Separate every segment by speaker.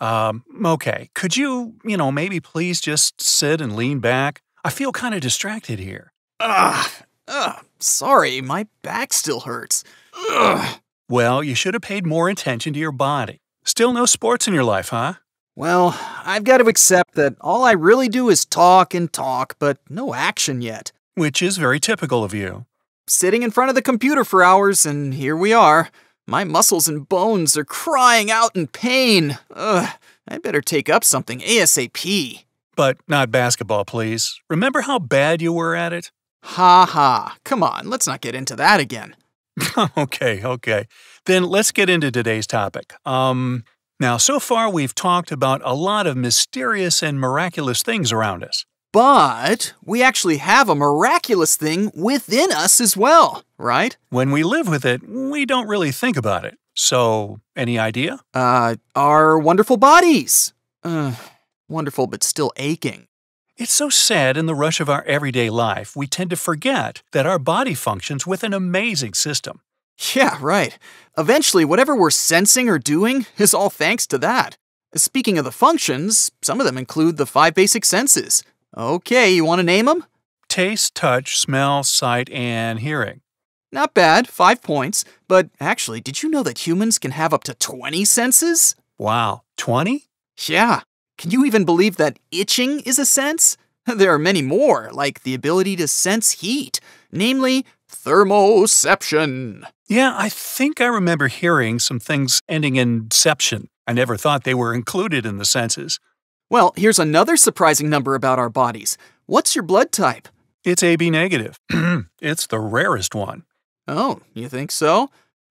Speaker 1: Um, okay, could you, you know, maybe please just sit and lean back? I feel kind of distracted here.
Speaker 2: Ugh, ugh, sorry, my back still hurts. Ugh.
Speaker 1: Well, you should have paid more attention to your body. Still no sports in your life, huh?
Speaker 2: Well, I've got to accept that all I really do is talk and talk, but no action yet.
Speaker 1: Which is very typical of you.
Speaker 2: Sitting in front of the computer for hours, and here we are. My muscles and bones are crying out in pain. Ugh, I better take up something ASAP.
Speaker 1: But not basketball, please. Remember how bad you were at it?
Speaker 2: Ha ha. Come on, let's not get into that again.
Speaker 1: okay, okay. Then let's get into today's topic. Um, now, so far we've talked about a lot of mysterious and miraculous things around us.
Speaker 2: But we actually have a miraculous thing within us as well, right?
Speaker 1: When we live with it, we don't really think about it. So, any idea?
Speaker 2: Uh, our wonderful bodies. Uh, wonderful, but still aching.
Speaker 1: It's so sad in the rush of our everyday life, we tend to forget that our body functions with an amazing system.
Speaker 2: Yeah, right. Eventually, whatever we're sensing or doing is all thanks to that. Speaking of the functions, some of them include the five basic senses Okay, you want to name them?
Speaker 1: Taste, touch, smell, sight, and hearing.
Speaker 2: Not bad, five points. But actually, did you know that humans can have up to 20 senses?
Speaker 1: Wow, 20?
Speaker 2: Yeah. Can you even believe that itching is a sense? There are many more, like the ability to sense heat, namely thermoception.
Speaker 1: Yeah, I think I remember hearing some things ending in ception. I never thought they were included in the senses.
Speaker 2: Well, here's another surprising number about our bodies. What's your blood type?
Speaker 1: It's AB negative. it's the rarest one.
Speaker 2: Oh, you think so?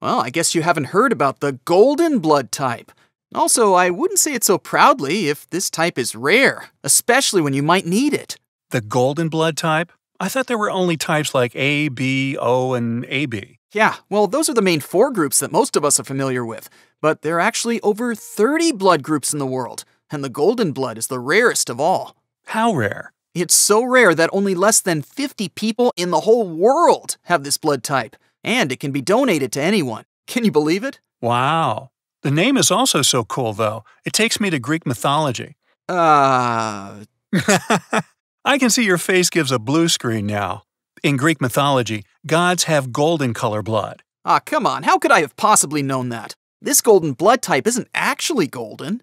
Speaker 2: Well, I guess you haven't heard about the golden blood type. Also, I wouldn't say it so proudly if this type is rare, especially when you might need it.
Speaker 1: The golden blood type? I thought there were only types like A, B, O, and AB.
Speaker 2: Yeah, well, those are the main four groups that most of us are familiar with, but there are actually over 30 blood groups in the world and the golden blood is the rarest of all.
Speaker 1: How rare?
Speaker 2: It's so rare that only less than 50 people in the whole world have this blood type, and it can be donated to anyone. Can you believe it?
Speaker 1: Wow. The name is also so cool, though. It takes me to Greek mythology.
Speaker 2: Uh.
Speaker 1: I can see your face gives a blue screen now. In Greek mythology, gods have golden color blood.
Speaker 2: Ah, come on. How could I have possibly known that? This golden blood type isn't actually golden.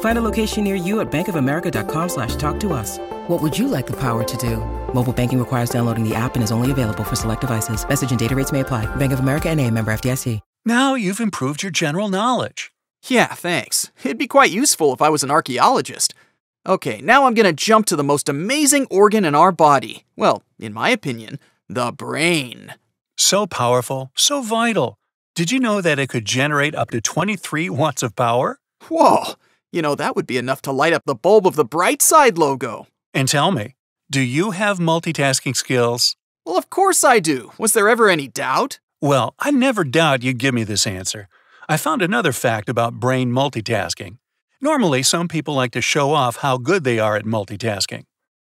Speaker 3: Find a location near you at bankofamerica.com slash talk to us. What would you like the power to do? Mobile banking requires downloading the app and is only available for select devices. Message and data rates may apply. Bank of America and a member FDIC.
Speaker 1: Now you've improved your general knowledge.
Speaker 2: Yeah, thanks. It'd be quite useful if I was an archaeologist. Okay, now I'm gonna jump to the most amazing organ in our body. Well, in my opinion, the brain.
Speaker 1: So powerful, so vital. Did you know that it could generate up to 23 watts of power?
Speaker 2: Whoa! You know, that would be enough to light up the bulb of the Bright Side logo.
Speaker 1: And tell me, do you have multitasking skills?
Speaker 2: Well, of course I do. Was there ever any doubt?
Speaker 1: Well, I never doubt you'd give me this answer. I found another fact about brain multitasking. Normally, some people like to show off how good they are at multitasking.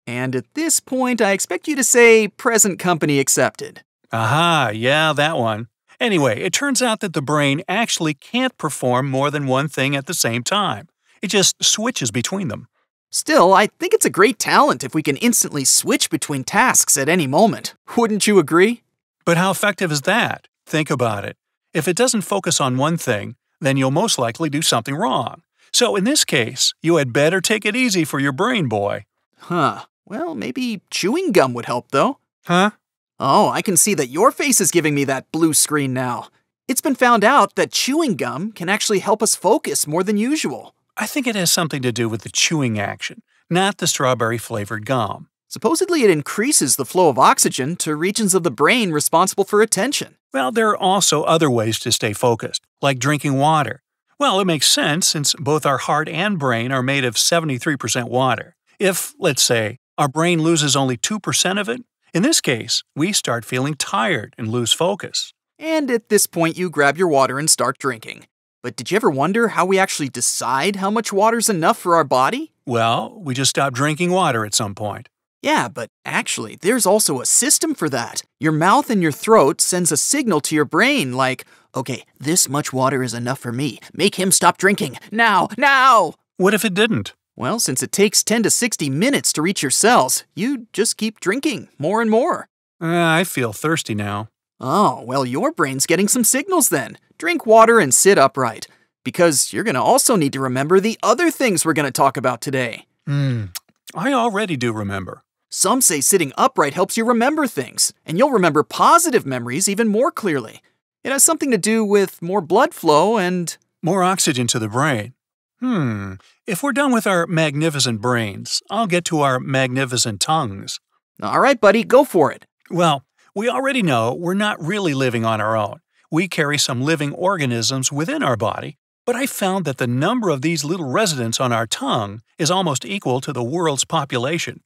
Speaker 2: And at this point, I expect you to say present company accepted.
Speaker 1: Aha, yeah, that one. Anyway, it turns out that the brain actually can't perform more than one thing at the same time. It just switches between them.
Speaker 2: Still, I think it's a great talent if we can instantly switch between tasks at any moment. Wouldn't you agree?
Speaker 1: But how effective is that? Think about it. If it doesn't focus on one thing, then you'll most likely do something wrong. So in this case, you had better take it easy for your brain, boy.
Speaker 2: Huh. Well, maybe chewing gum would help, though.
Speaker 1: Huh?
Speaker 2: Oh, I can see that your face is giving me that blue screen now. It's been found out that chewing gum can actually help us focus more than usual.
Speaker 1: I think it has something to do with the chewing action, not the strawberry flavored gum.
Speaker 2: Supposedly, it increases the flow of oxygen to regions of the brain responsible for attention.
Speaker 1: Well, there are also other ways to stay focused, like drinking water. Well, it makes sense since both our heart and brain are made of 73% water. If, let's say, our brain loses only 2% of it, in this case, we start feeling tired and lose focus.
Speaker 2: And at this point, you grab your water and start drinking. But did you ever wonder how we actually decide how much water's enough for our body?
Speaker 1: Well, we just stop drinking water at some point.
Speaker 2: Yeah, but actually, there's also a system for that. Your mouth and your throat sends a signal to your brain like, okay, this much water is enough for me. Make him stop drinking. Now, now!
Speaker 1: What if it didn't?
Speaker 2: Well, since it takes 10 to 60 minutes to reach your cells, you just keep drinking more and more.
Speaker 1: Uh, I feel thirsty now.
Speaker 2: Oh, well, your brain's getting some signals then. Drink water and sit upright. Because you're going to also need to remember the other things we're going to talk about today.
Speaker 1: Hmm, I already do remember.
Speaker 2: Some say sitting upright helps you remember things, and you'll remember positive memories even more clearly. It has something to do with more blood flow and.
Speaker 1: More oxygen to the brain. Hmm, if we're done with our magnificent brains, I'll get to our magnificent tongues.
Speaker 2: All right, buddy, go for it.
Speaker 1: Well, we already know we're not really living on our own. We carry some living organisms within our body, but I found that the number of these little residents on our tongue is almost equal to the world's population.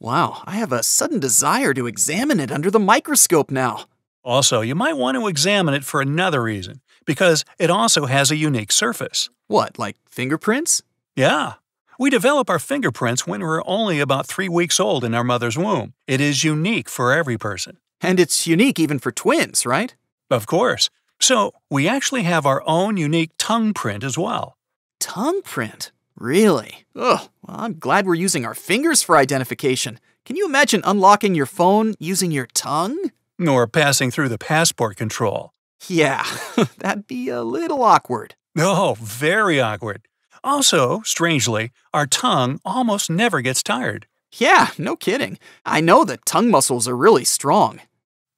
Speaker 2: Wow, I have a sudden desire to examine it under the microscope now.
Speaker 1: Also, you might want to examine it for another reason, because it also has a unique surface.
Speaker 2: What, like fingerprints?
Speaker 1: Yeah. We develop our fingerprints when we're only about three weeks old in our mother's womb. It is unique for every person.
Speaker 2: And it's unique even for twins, right?
Speaker 1: Of course. So, we actually have our own unique tongue print as well.
Speaker 2: Tongue print? Really? Ugh, well, I'm glad we're using our fingers for identification. Can you imagine unlocking your phone using your tongue?
Speaker 1: Nor passing through the passport control.
Speaker 2: Yeah, that'd be a little awkward.
Speaker 1: Oh, very awkward. Also, strangely, our tongue almost never gets tired.
Speaker 2: Yeah, no kidding. I know the tongue muscles are really strong.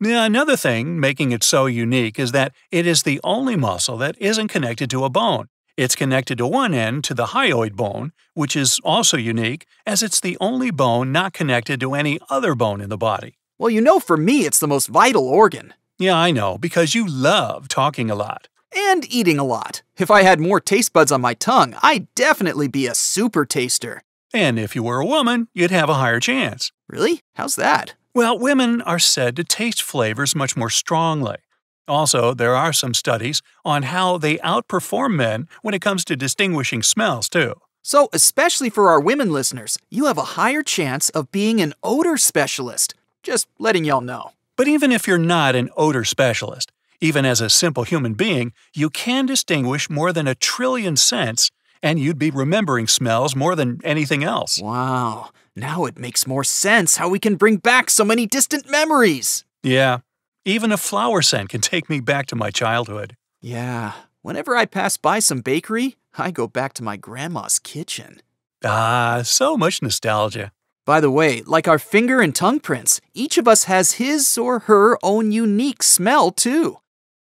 Speaker 1: Now, another thing making it so unique is that it is the only muscle that isn't connected to a bone. It's connected to one end to the hyoid bone, which is also unique as it's the only bone not connected to any other bone in the body.
Speaker 2: Well, you know, for me, it's the most vital organ.
Speaker 1: Yeah, I know, because you love talking a lot.
Speaker 2: And eating a lot. If I had more taste buds on my tongue, I'd definitely be a super taster.
Speaker 1: And if you were a woman, you'd have a higher chance.
Speaker 2: Really? How's that?
Speaker 1: Well, women are said to taste flavors much more strongly. Also, there are some studies on how they outperform men when it comes to distinguishing smells, too.
Speaker 2: So, especially for our women listeners, you have a higher chance of being an odor specialist. Just letting y'all know.
Speaker 1: But even if you're not an odor specialist, even as a simple human being, you can distinguish more than a trillion scents, and you'd be remembering smells more than anything else.
Speaker 2: Wow, now it makes more sense how we can bring back so many distant memories.
Speaker 1: Yeah, even a flower scent can take me back to my childhood.
Speaker 2: Yeah, whenever I pass by some bakery, I go back to my grandma's kitchen.
Speaker 1: Ah, so much nostalgia.
Speaker 2: By the way, like our finger and tongue prints, each of us has his or her own unique smell, too.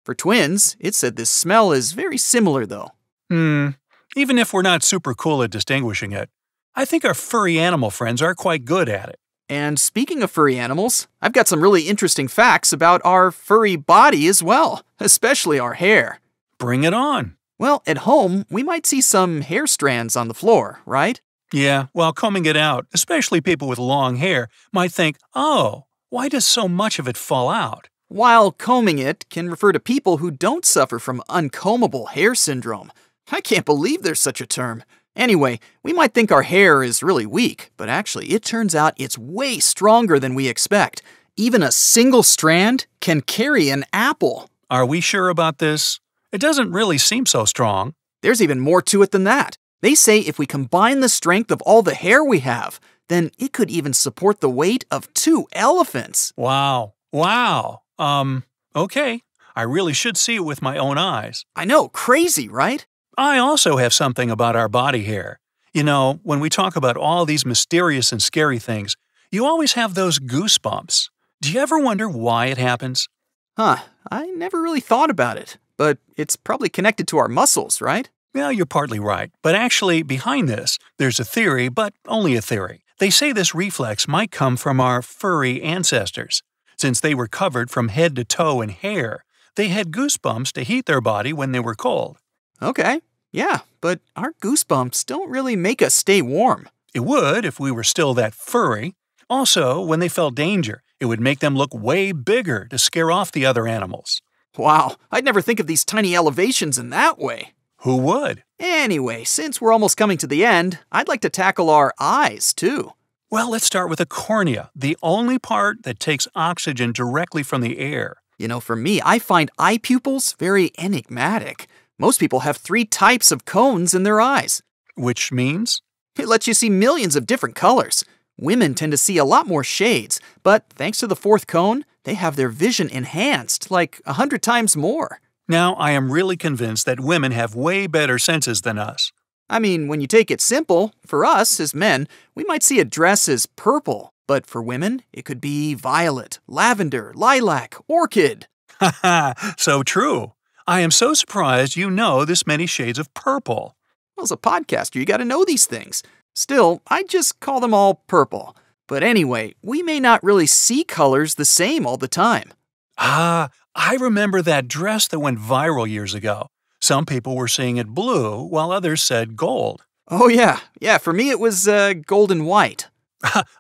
Speaker 2: For twins, it said this smell is very similar, though.
Speaker 1: Hmm, even if we're not super cool at distinguishing it, I think our furry animal friends are quite good at it.
Speaker 2: And speaking of furry animals, I've got some really interesting facts about our furry body as well, especially our hair.
Speaker 1: Bring it on.
Speaker 2: Well, at home, we might see some hair strands on the floor, right?
Speaker 1: Yeah, while combing it out, especially people with long hair might think, oh, why does so much of it fall out?
Speaker 2: While combing it can refer to people who don't suffer from uncombable hair syndrome. I can't believe there's such a term. Anyway, we might think our hair is really weak, but actually, it turns out it's way stronger than we expect. Even a single strand can carry an apple.
Speaker 1: Are we sure about this? It doesn't really seem so strong.
Speaker 2: There's even more to it than that. They say if we combine the strength of all the hair we have, then it could even support the weight of two elephants.
Speaker 1: Wow. Wow. Um, okay. I really should see it with my own eyes.
Speaker 2: I know, crazy, right?
Speaker 1: I also have something about our body hair. You know, when we talk about all these mysterious and scary things, you always have those goosebumps. Do you ever wonder why it happens?
Speaker 2: Huh, I never really thought about it. but it's probably connected to our muscles, right?
Speaker 1: Well, you're partly right, but actually, behind this, there's a theory, but only a theory. They say this reflex might come from our furry ancestors. Since they were covered from head to toe in hair, they had goosebumps to heat their body when they were cold.
Speaker 2: Okay, yeah, but our goosebumps don't really make us stay warm.
Speaker 1: It would if we were still that furry. Also, when they felt danger, it would make them look way bigger to scare off the other animals.
Speaker 2: Wow, I'd never think of these tiny elevations in that way.
Speaker 1: Who would?
Speaker 2: Anyway, since we're almost coming to the end, I'd like to tackle our eyes, too.
Speaker 1: Well, let's start with the cornea, the only part that takes oxygen directly from the air.
Speaker 2: You know, for me, I find eye pupils very enigmatic. Most people have three types of cones in their eyes.
Speaker 1: Which means?
Speaker 2: It lets you see millions of different colors. Women tend to see a lot more shades, but thanks to the fourth cone, they have their vision enhanced like a hundred times more.
Speaker 1: Now, I am really convinced that women have way better senses than us.
Speaker 2: I mean, when you take it simple, for us as men, we might see a dress as purple, but for women, it could be violet, lavender, lilac, orchid.
Speaker 1: Haha, so true. I am so surprised you know this many shades of purple.
Speaker 2: Well, as a podcaster, you got to know these things. Still, I just call them all purple. But anyway, we may not really see colors the same all the time.
Speaker 1: Ah, I remember that dress that went viral years ago. Some people were seeing it blue, while others said gold.
Speaker 2: Oh, yeah. Yeah, for me, it was uh, gold and white.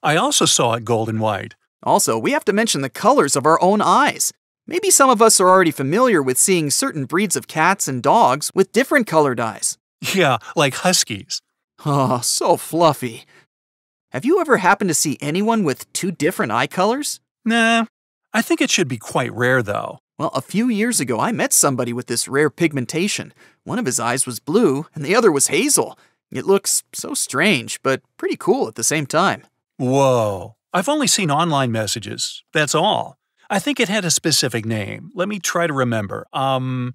Speaker 1: I also saw it gold and white.
Speaker 2: Also, we have to mention the colors of our own eyes. Maybe some of us are already familiar with seeing certain breeds of cats and dogs with different colored eyes.
Speaker 1: Yeah, like huskies.
Speaker 2: Oh, so fluffy. Have you ever happened to see anyone with two different eye colors?
Speaker 1: Nah, I think it should be quite rare though.
Speaker 2: Well, a few years ago, I met somebody with this rare pigmentation. One of his eyes was blue and the other was hazel. It looks so strange, but pretty cool at the same time.
Speaker 1: Whoa, I've only seen online messages. That's all. I think it had a specific name. Let me try to remember. Um,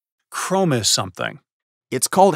Speaker 1: Chroma something.
Speaker 2: It's called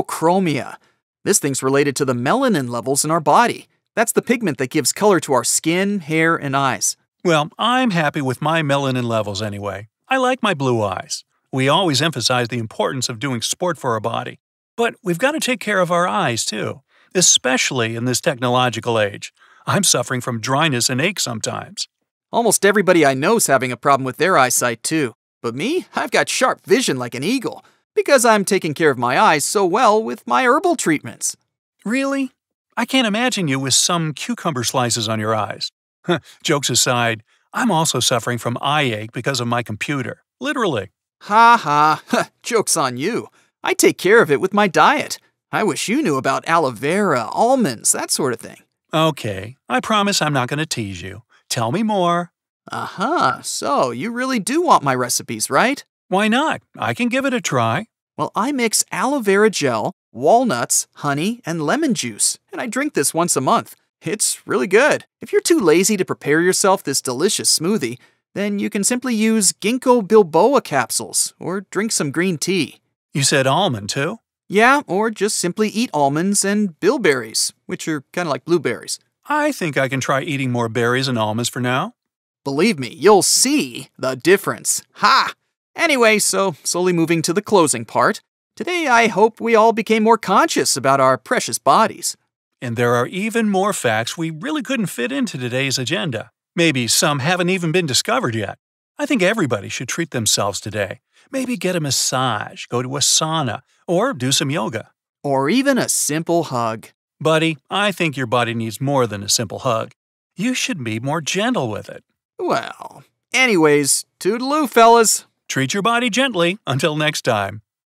Speaker 2: heterochromia. This thing's related to the melanin levels in our body. That's the pigment that gives color to our skin, hair, and eyes.
Speaker 1: Well, I'm happy with my melanin levels anyway. I like my blue eyes. We always emphasize the importance of doing sport for our body. But we've got to take care of our eyes too, especially in this technological age. I'm suffering from dryness and ache sometimes.
Speaker 2: Almost everybody I know's having a problem with their eyesight too. But me, I've got sharp vision like an eagle because I'm taking care of my eyes so well with my herbal treatments.
Speaker 1: Really? I can't imagine you with some cucumber slices on your eyes. Jokes aside, I'm also suffering from eye ache because of my computer. Literally.
Speaker 2: Ha ha, joke's on you. I take care of it with my diet. I wish you knew about aloe vera, almonds, that sort of thing.
Speaker 1: Okay, I promise I'm not going to tease you. Tell me more.
Speaker 2: Uh huh, so you really do want my recipes, right?
Speaker 1: Why not? I can give it a try.
Speaker 2: Well, I mix aloe vera gel, walnuts, honey, and lemon juice, and I drink this once a month. It's really good. If you're too lazy to prepare yourself this delicious smoothie, then you can simply use ginkgo bilboa capsules or drink some green tea.
Speaker 1: You said almond, too?
Speaker 2: Yeah, or just simply eat almonds and bilberries, which are kind of like blueberries.
Speaker 1: I think I can try eating more berries and almonds for now.
Speaker 2: Believe me, you'll see the difference. Ha! Anyway, so slowly moving to the closing part. Today, I hope we all became more conscious about our precious bodies.
Speaker 1: And there are even more facts we really couldn't fit into today's agenda. Maybe some haven't even been discovered yet. I think everybody should treat themselves today. Maybe get a massage, go to a sauna, or do some yoga.
Speaker 2: Or even a simple hug.
Speaker 1: Buddy, I think your body needs more than a simple hug. You should be more gentle with it.
Speaker 2: Well, anyways, toodaloo, fellas.
Speaker 1: Treat your body gently. Until next time.